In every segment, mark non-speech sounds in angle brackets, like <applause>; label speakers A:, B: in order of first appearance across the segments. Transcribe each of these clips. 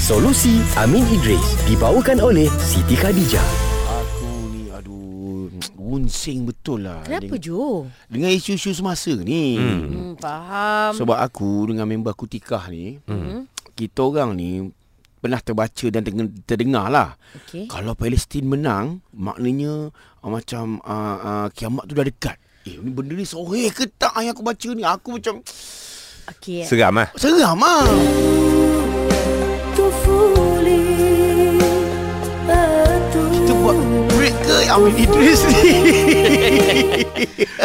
A: Solusi Amin Idris dibawakan oleh Siti Khadijah.
B: Aku ni aduh Wunsing betul lah
C: Kenapa
B: dengan,
C: Jo?
B: dengan isu-isu semasa ni hmm.
C: Hmm, faham.
B: Sebab aku dengan member aku Tikah ni hmm. Kita orang ni Pernah terbaca dan teng- terdengar lah
C: Okey.
B: Kalau Palestin menang Maknanya uh, Macam uh, uh, Kiamat tu dah dekat Eh ni benda ni soreh ke tak Yang aku baca ni Aku macam
C: Okey. eh.
D: Seram lah
B: Seram lah Kita buat break ke Amin Idris ni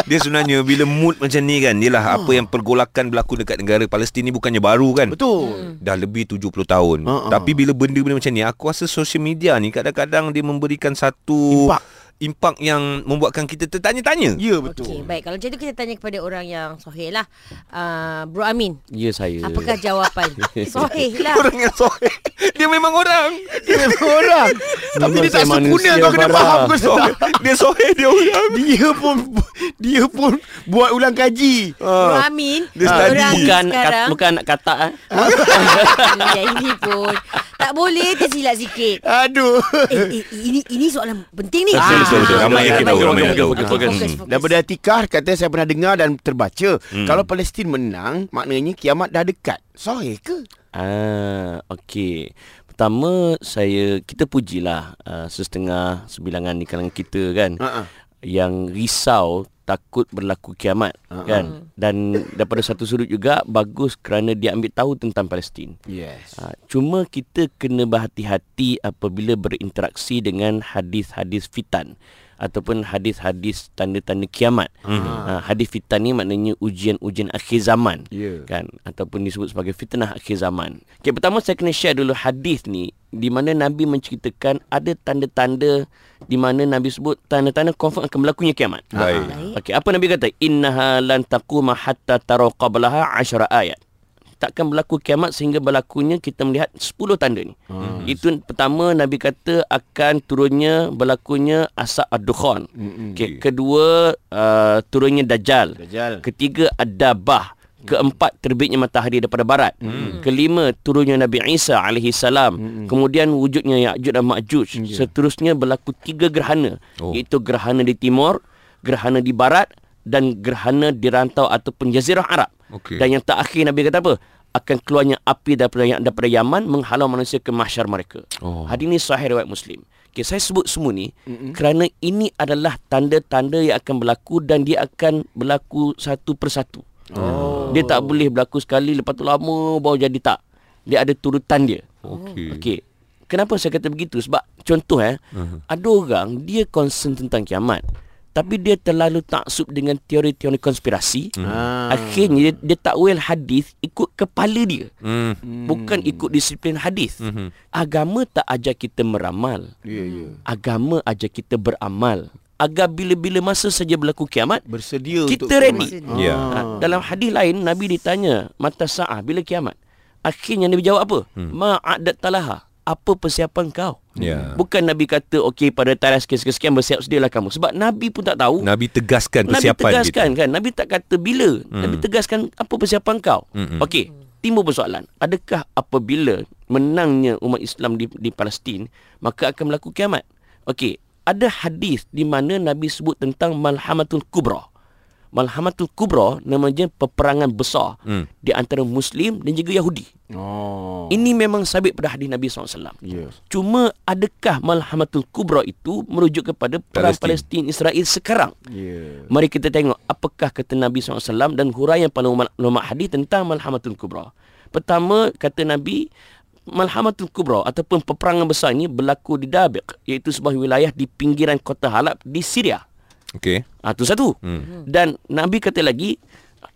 D: Dia sebenarnya bila mood macam ni kan Yelah apa yang pergolakan berlaku dekat negara Palestin ni bukannya baru kan
B: Betul Hmm.
D: Dah lebih 70 tahun
B: Ha, ha.
D: Tapi bila benda-benda macam ni Aku rasa social media ni kadang-kadang dia memberikan satu
B: Impak.
D: Impak yang membuatkan kita tertanya-tanya
B: Ya betul
C: Okey, baik. Kalau macam tu kita tanya kepada orang yang soheh lah. Uh, Bro Amin,
E: Ya saya
C: apakah
D: <laughs>
C: jawapan? soheh lah.
D: <laughs> Orang yang sohek Dia memang orang
B: Dia memang
E: <laughs>
B: orang Tapi dia
E: Memang
B: tak
E: saya
B: sempurna
E: manusia,
B: Kau kena
E: Farah.
B: faham Kau soal
D: Dia sohek dia orang
B: Dia pun <laughs> Dia pun Buat ulang kaji
C: Bro Amin,
D: Dia study.
C: orang
E: Ah, bukan
C: bukan,
E: kat,
C: sekarang. <laughs>
E: bukan nak kata eh.
C: ya, ini pun. Tak boleh tersilap sikit.
B: Aduh <laughs>
C: Eh, eh, ini ini soalan penting ni.
D: Betul, betul, betul. Ramai yang
C: okey,
D: kita tahu,
C: baik.
D: ramai yang
C: Okey,
D: tahu.
C: okey,
D: Fokus,
C: fokus,
D: fokus.
C: fokus.
B: Daripada Atikah Kata saya pernah dengar Dan terbaca hmm. Kalau Palestin menang Maknanya kiamat dah dekat Sorry ke?
E: Ah, okey. Pertama saya kita pujilah uh, sesetengah sebilangan di kalangan kita kan
B: Ha-ha.
E: yang risau takut berlaku kiamat
B: Ah.
E: kan dan daripada satu sudut juga bagus kerana dia ambil tahu tentang Palestin.
B: Yes
E: Ha, cuma kita kena berhati-hati apabila berinteraksi dengan hadis-hadis fitan ataupun hadis-hadis tanda-tanda kiamat. Ha, hadis fitan ni maknanya ujian-ujian akhir zaman.
B: Ya.
E: Kan ataupun disebut sebagai fitnah akhir zaman. Okey, pertama saya kena share dulu hadis ni di mana Nabi menceritakan ada tanda-tanda di mana Nabi sebut tanda-tanda confirm akan berlakunya kiamat.
B: Ha,
D: Baik
E: Okey, apa Nabi kata? Innaha lan taquma hatta tara qablaha 10 ayat. Takkan berlaku kiamat sehingga berlakunya kita melihat 10 tanda ni. Hmm. Itu pertama Nabi kata akan turunnya berlakunya asap ad-dukhan. Hmm. Okey, kedua uh, turunnya dajjal.
B: Dajjal.
E: Ketiga ad-dabah. Keempat terbitnya matahari daripada barat. Hmm. Kelima turunnya Nabi Isa alaihi salam. Hmm. Kemudian wujudnya Ya'juj dan Ma'juj. Seterusnya berlaku tiga gerhana. Oh. Iaitu gerhana di timur, gerhana di barat dan gerhana di rantau ataupun jazirah Arab.
D: Okey.
E: Dan yang terakhir Nabi kata apa? akan keluarnya api daripada daripada Yaman menghalau manusia ke mahsyar mereka. Oh. Hadis ini sahih riwayat Muslim. Okey, saya sebut semua ni Mm-mm. kerana ini adalah tanda-tanda yang akan berlaku dan dia akan berlaku satu persatu. Oh. Dia tak boleh berlaku sekali lepas tu lama baru jadi tak. Dia ada turutan dia.
D: Okey
E: Okey. Kenapa saya kata begitu? Sebab contoh eh, uh-huh. ada orang dia concern tentang kiamat. Tapi dia terlalu taksub dengan teori-teori konspirasi.
B: Ah.
E: Ha. Akhirnya dia, dia takwil hadis ikut kepala dia.
D: hmm. Mhm.
E: Bukan ikut disiplin hadis. Agama tak ajar kita meramal.
B: Ya ya
E: Agama ajar kita beramal. Agar bila-bila masa saja berlaku kiamat,
B: Bersedia untuk Ah.
E: kita ready.
D: Ya.
E: Ha, dalam hadis lain Nabi ditanya mata saah bila kiamat. Akhirnya Nabi jawab apa? Hmm. Ma'adat talaha. Apa persiapan kau?
D: Ya.
E: Bukan Nabi kata okey pada tarikh sekian-sekian bersiap sedialah kamu. Sebab Nabi pun tak tahu.
D: Nabi tegaskan
E: Nabi
D: persiapan
E: tegaskan
D: kita
E: kan. Nabi tak kata bila. Hmm. Nabi tegaskan apa persiapan kau. Hmm. Okey, timbul persoalan. Adakah apabila menangnya umat Islam di di Palestin maka akan berlaku kiamat? Okey, ada hadis di mana Nabi sebut tentang malhamatul kubra. Malhamatul kubra namanya peperangan besar hmm. di antara muslim dan juga Yahudi.
B: Oh
E: Ini memang sabit pada hadis Nabi SAW.
B: Ya
E: Cuma adakah malhamatul kubra itu merujuk kepada perang
D: Palestin.
E: Palestin Israel sekarang?
B: Ya
E: Mari kita tengok apakah kata Nabi SAW dan huraian para ulama- ulama hadis tentang Malhamatul Kubra. Pertama, kata Nabi, Malhamatul Kubra ataupun peperangan besar ini berlaku di Dabiq, iaitu sebuah wilayah di pinggiran kota Halab di Syria.
D: Okey
E: Ah ha, tu satu. Hmm. Dan Nabi kata lagi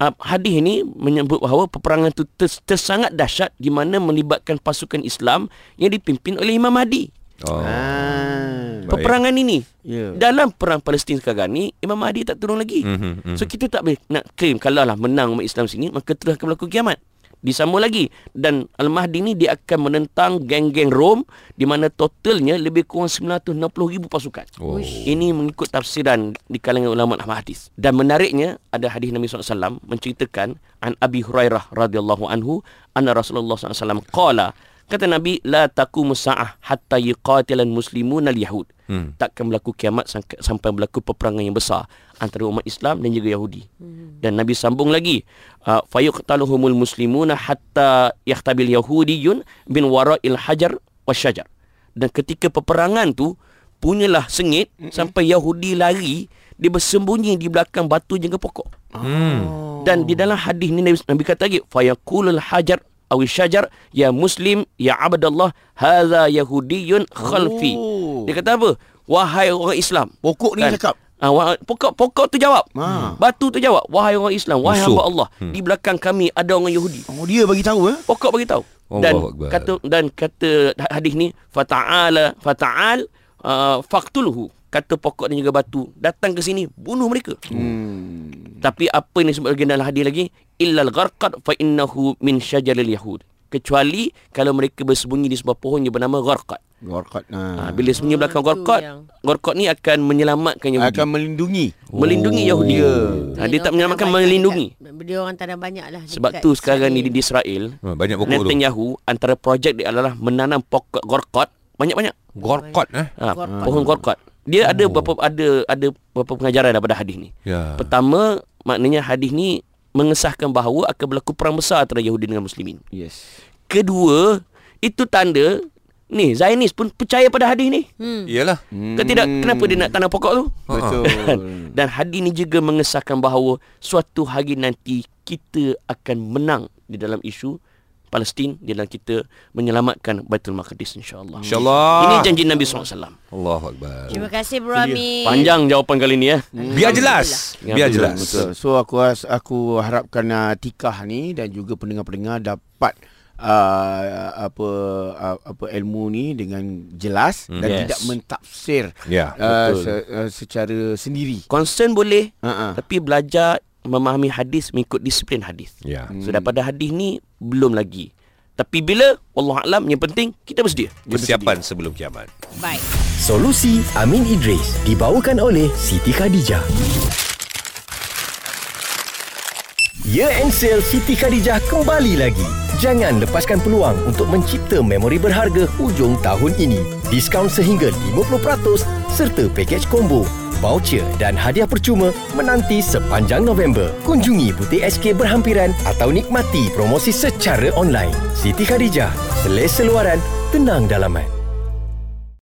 E: ah, hadis ini menyebut bahawa peperangan itu ters, tersangat dahsyat di mana melibatkan pasukan Islam yang dipimpin oleh Imam Mahdi.
D: oh.
B: Ha. Ah
D: Baik.
E: Peperangan ini
B: Ya.
E: Dalam perang Palestin sekarang ni Imam Mahdi tak turun lagi
D: Mhm, mhm.
E: So kita tak boleh nak claim Kalau lah menang umat Islam sini Maka terus akan berlaku kiamat Disambung lagi Dan Al-Mahdi ni dia akan menentang geng-geng Rom Di mana totalnya lebih kurang 960 ribu pasukan
D: Oh.
E: Ini mengikut tafsiran di kalangan ulama ahli hadis Dan menariknya ada hadis Nabi SAW menceritakan An Abi Hurairah radhiyallahu anhu Anna Rasulullah SAW Qala Kata Nabi, la taqumu sa'ah hatta yuqatilal muslimuna al-yahud. Hmm. Takkan berlaku kiamat sangka- sampai berlaku peperangan yang besar antara umat Islam dan juga Yahudi. Hmm. Dan Nabi sambung lagi, ah, fayuqtaluhumul muslimuna hatta yahtabil yahudiyun bin wara'il hajar wasyajar. Dan ketika peperangan tu punyalah sengit Mm-mm. sampai Yahudi lari, dia bersembunyi di belakang batu jangka pokok.
B: Oh.
E: Dan di dalam hadis ni Nabi, Nabi kata lagi fayaqulul hajar aw syajar ya muslim ya abdallah hadza yahudiyyun khalfi.
B: Oh.
E: Dia kata apa? Wahai orang Islam.
B: Pokok ni cakap.
E: Ah, wah, pokok pokok tu jawab.
B: Ha. Hmm.
E: Batu tu jawab. Wahai orang Islam, wahai
D: Musuh.
E: hamba Allah, di belakang kami ada orang Yahudi.
B: Oh dia bagi tahu eh.
E: Pokok bagi tahu.
D: Allahu
E: Dan
D: Akbar.
E: kata dan kata hadis ni fata'ala fata'al uh, faqtuluhu. Kata pokok dan juga batu datang ke sini bunuh mereka.
B: Hmm.
E: Tapi apa yang disebut lagi dalam hadis lagi illal gharqad fa innahu min syajaril yahud. Kecuali kalau mereka bersembunyi di sebuah pohon yang bernama gharqad.
B: Gorkat.
E: Ha,
B: Ha.
E: bila sembunyi
C: Ah,
E: belakang
C: tu
E: gharqad,
C: yang-
E: gharqad ni akan menyelamatkan Yahudi.
B: Akan melindungi.
E: melindungi Yahudi. Ha, dia tak menyelamatkan melindungi.
C: Dekat, dia orang tanam banyak lah.
E: Sebab
C: dekat
E: tu sekarang ni
C: Israel.
E: di di Israel,
D: Ha, Banyak pokok tu.
E: Netanyahu antara projek dia adalah menanam pokok gharqad banyak-banyak.
D: Gorkot eh.
E: Ha,
C: Gharqad.
E: pohon gharqad. Dia ada beberapa ada ada beberapa pengajaran daripada hadis ni.
D: Ya.
E: Pertama, maknanya hadis ni mengesahkan bahawa akan berlaku perang besar antara Yahudi dengan Muslimin.
B: Yes.
E: Kedua, itu tanda ni Zionis pun percaya pada hadis ni.
C: Hmm.
D: Iyalah.
E: Hmm. Kalau tidak kenapa dia nak tanam pokok tu?
B: Hmm. Betul.
E: Hmm. Dan hadis ni juga mengesahkan bahawa suatu hari nanti kita akan menang di dalam isu Palestin di dalam kita menyelamatkan Baitul Maqdis insya-Allah.
D: InsyaAllah.
E: Ini janji Nabi SAW.
D: Allahu Akbar.
C: Terima kasih Bro Amin.
E: Panjang jawapan kali ni ya.
D: Biar jelas.
E: Alhamdulillah.
D: Biar
E: Alhamdulillah.
D: jelas.
B: Betul. So aku ras- aku harapkan uh, tikah ni dan juga pendengar-pendengar dapat uh, apa uh, apa ilmu ni dengan jelas dan
E: Hmm. Yes.
B: tidak mentafsir
D: Ya,
B: uh,
E: betul.
B: se, uh, secara sendiri.
E: Concern boleh
B: Ha ah.
E: tapi belajar memahami hadis mengikut disiplin hadis.
D: Ya.
E: So daripada hadis ni belum lagi. Tapi bila Allah alam yang penting kita bersedia.
D: Persiapan sebelum kiamat.
C: Baik.
A: Solusi Amin Idris dibawakan oleh Siti Khadijah. Year End Ya Sale Siti Khadijah kembali lagi. Jangan lepaskan peluang untuk mencipta memori berharga hujung tahun ini. Diskaun sehingga 50% serta pakej combo, voucher dan hadiah percuma menanti sepanjang November. Kunjungi butik SK berhampiran atau nikmati promosi secara online. Siti Khadijah, selesa luaran, tenang dalaman.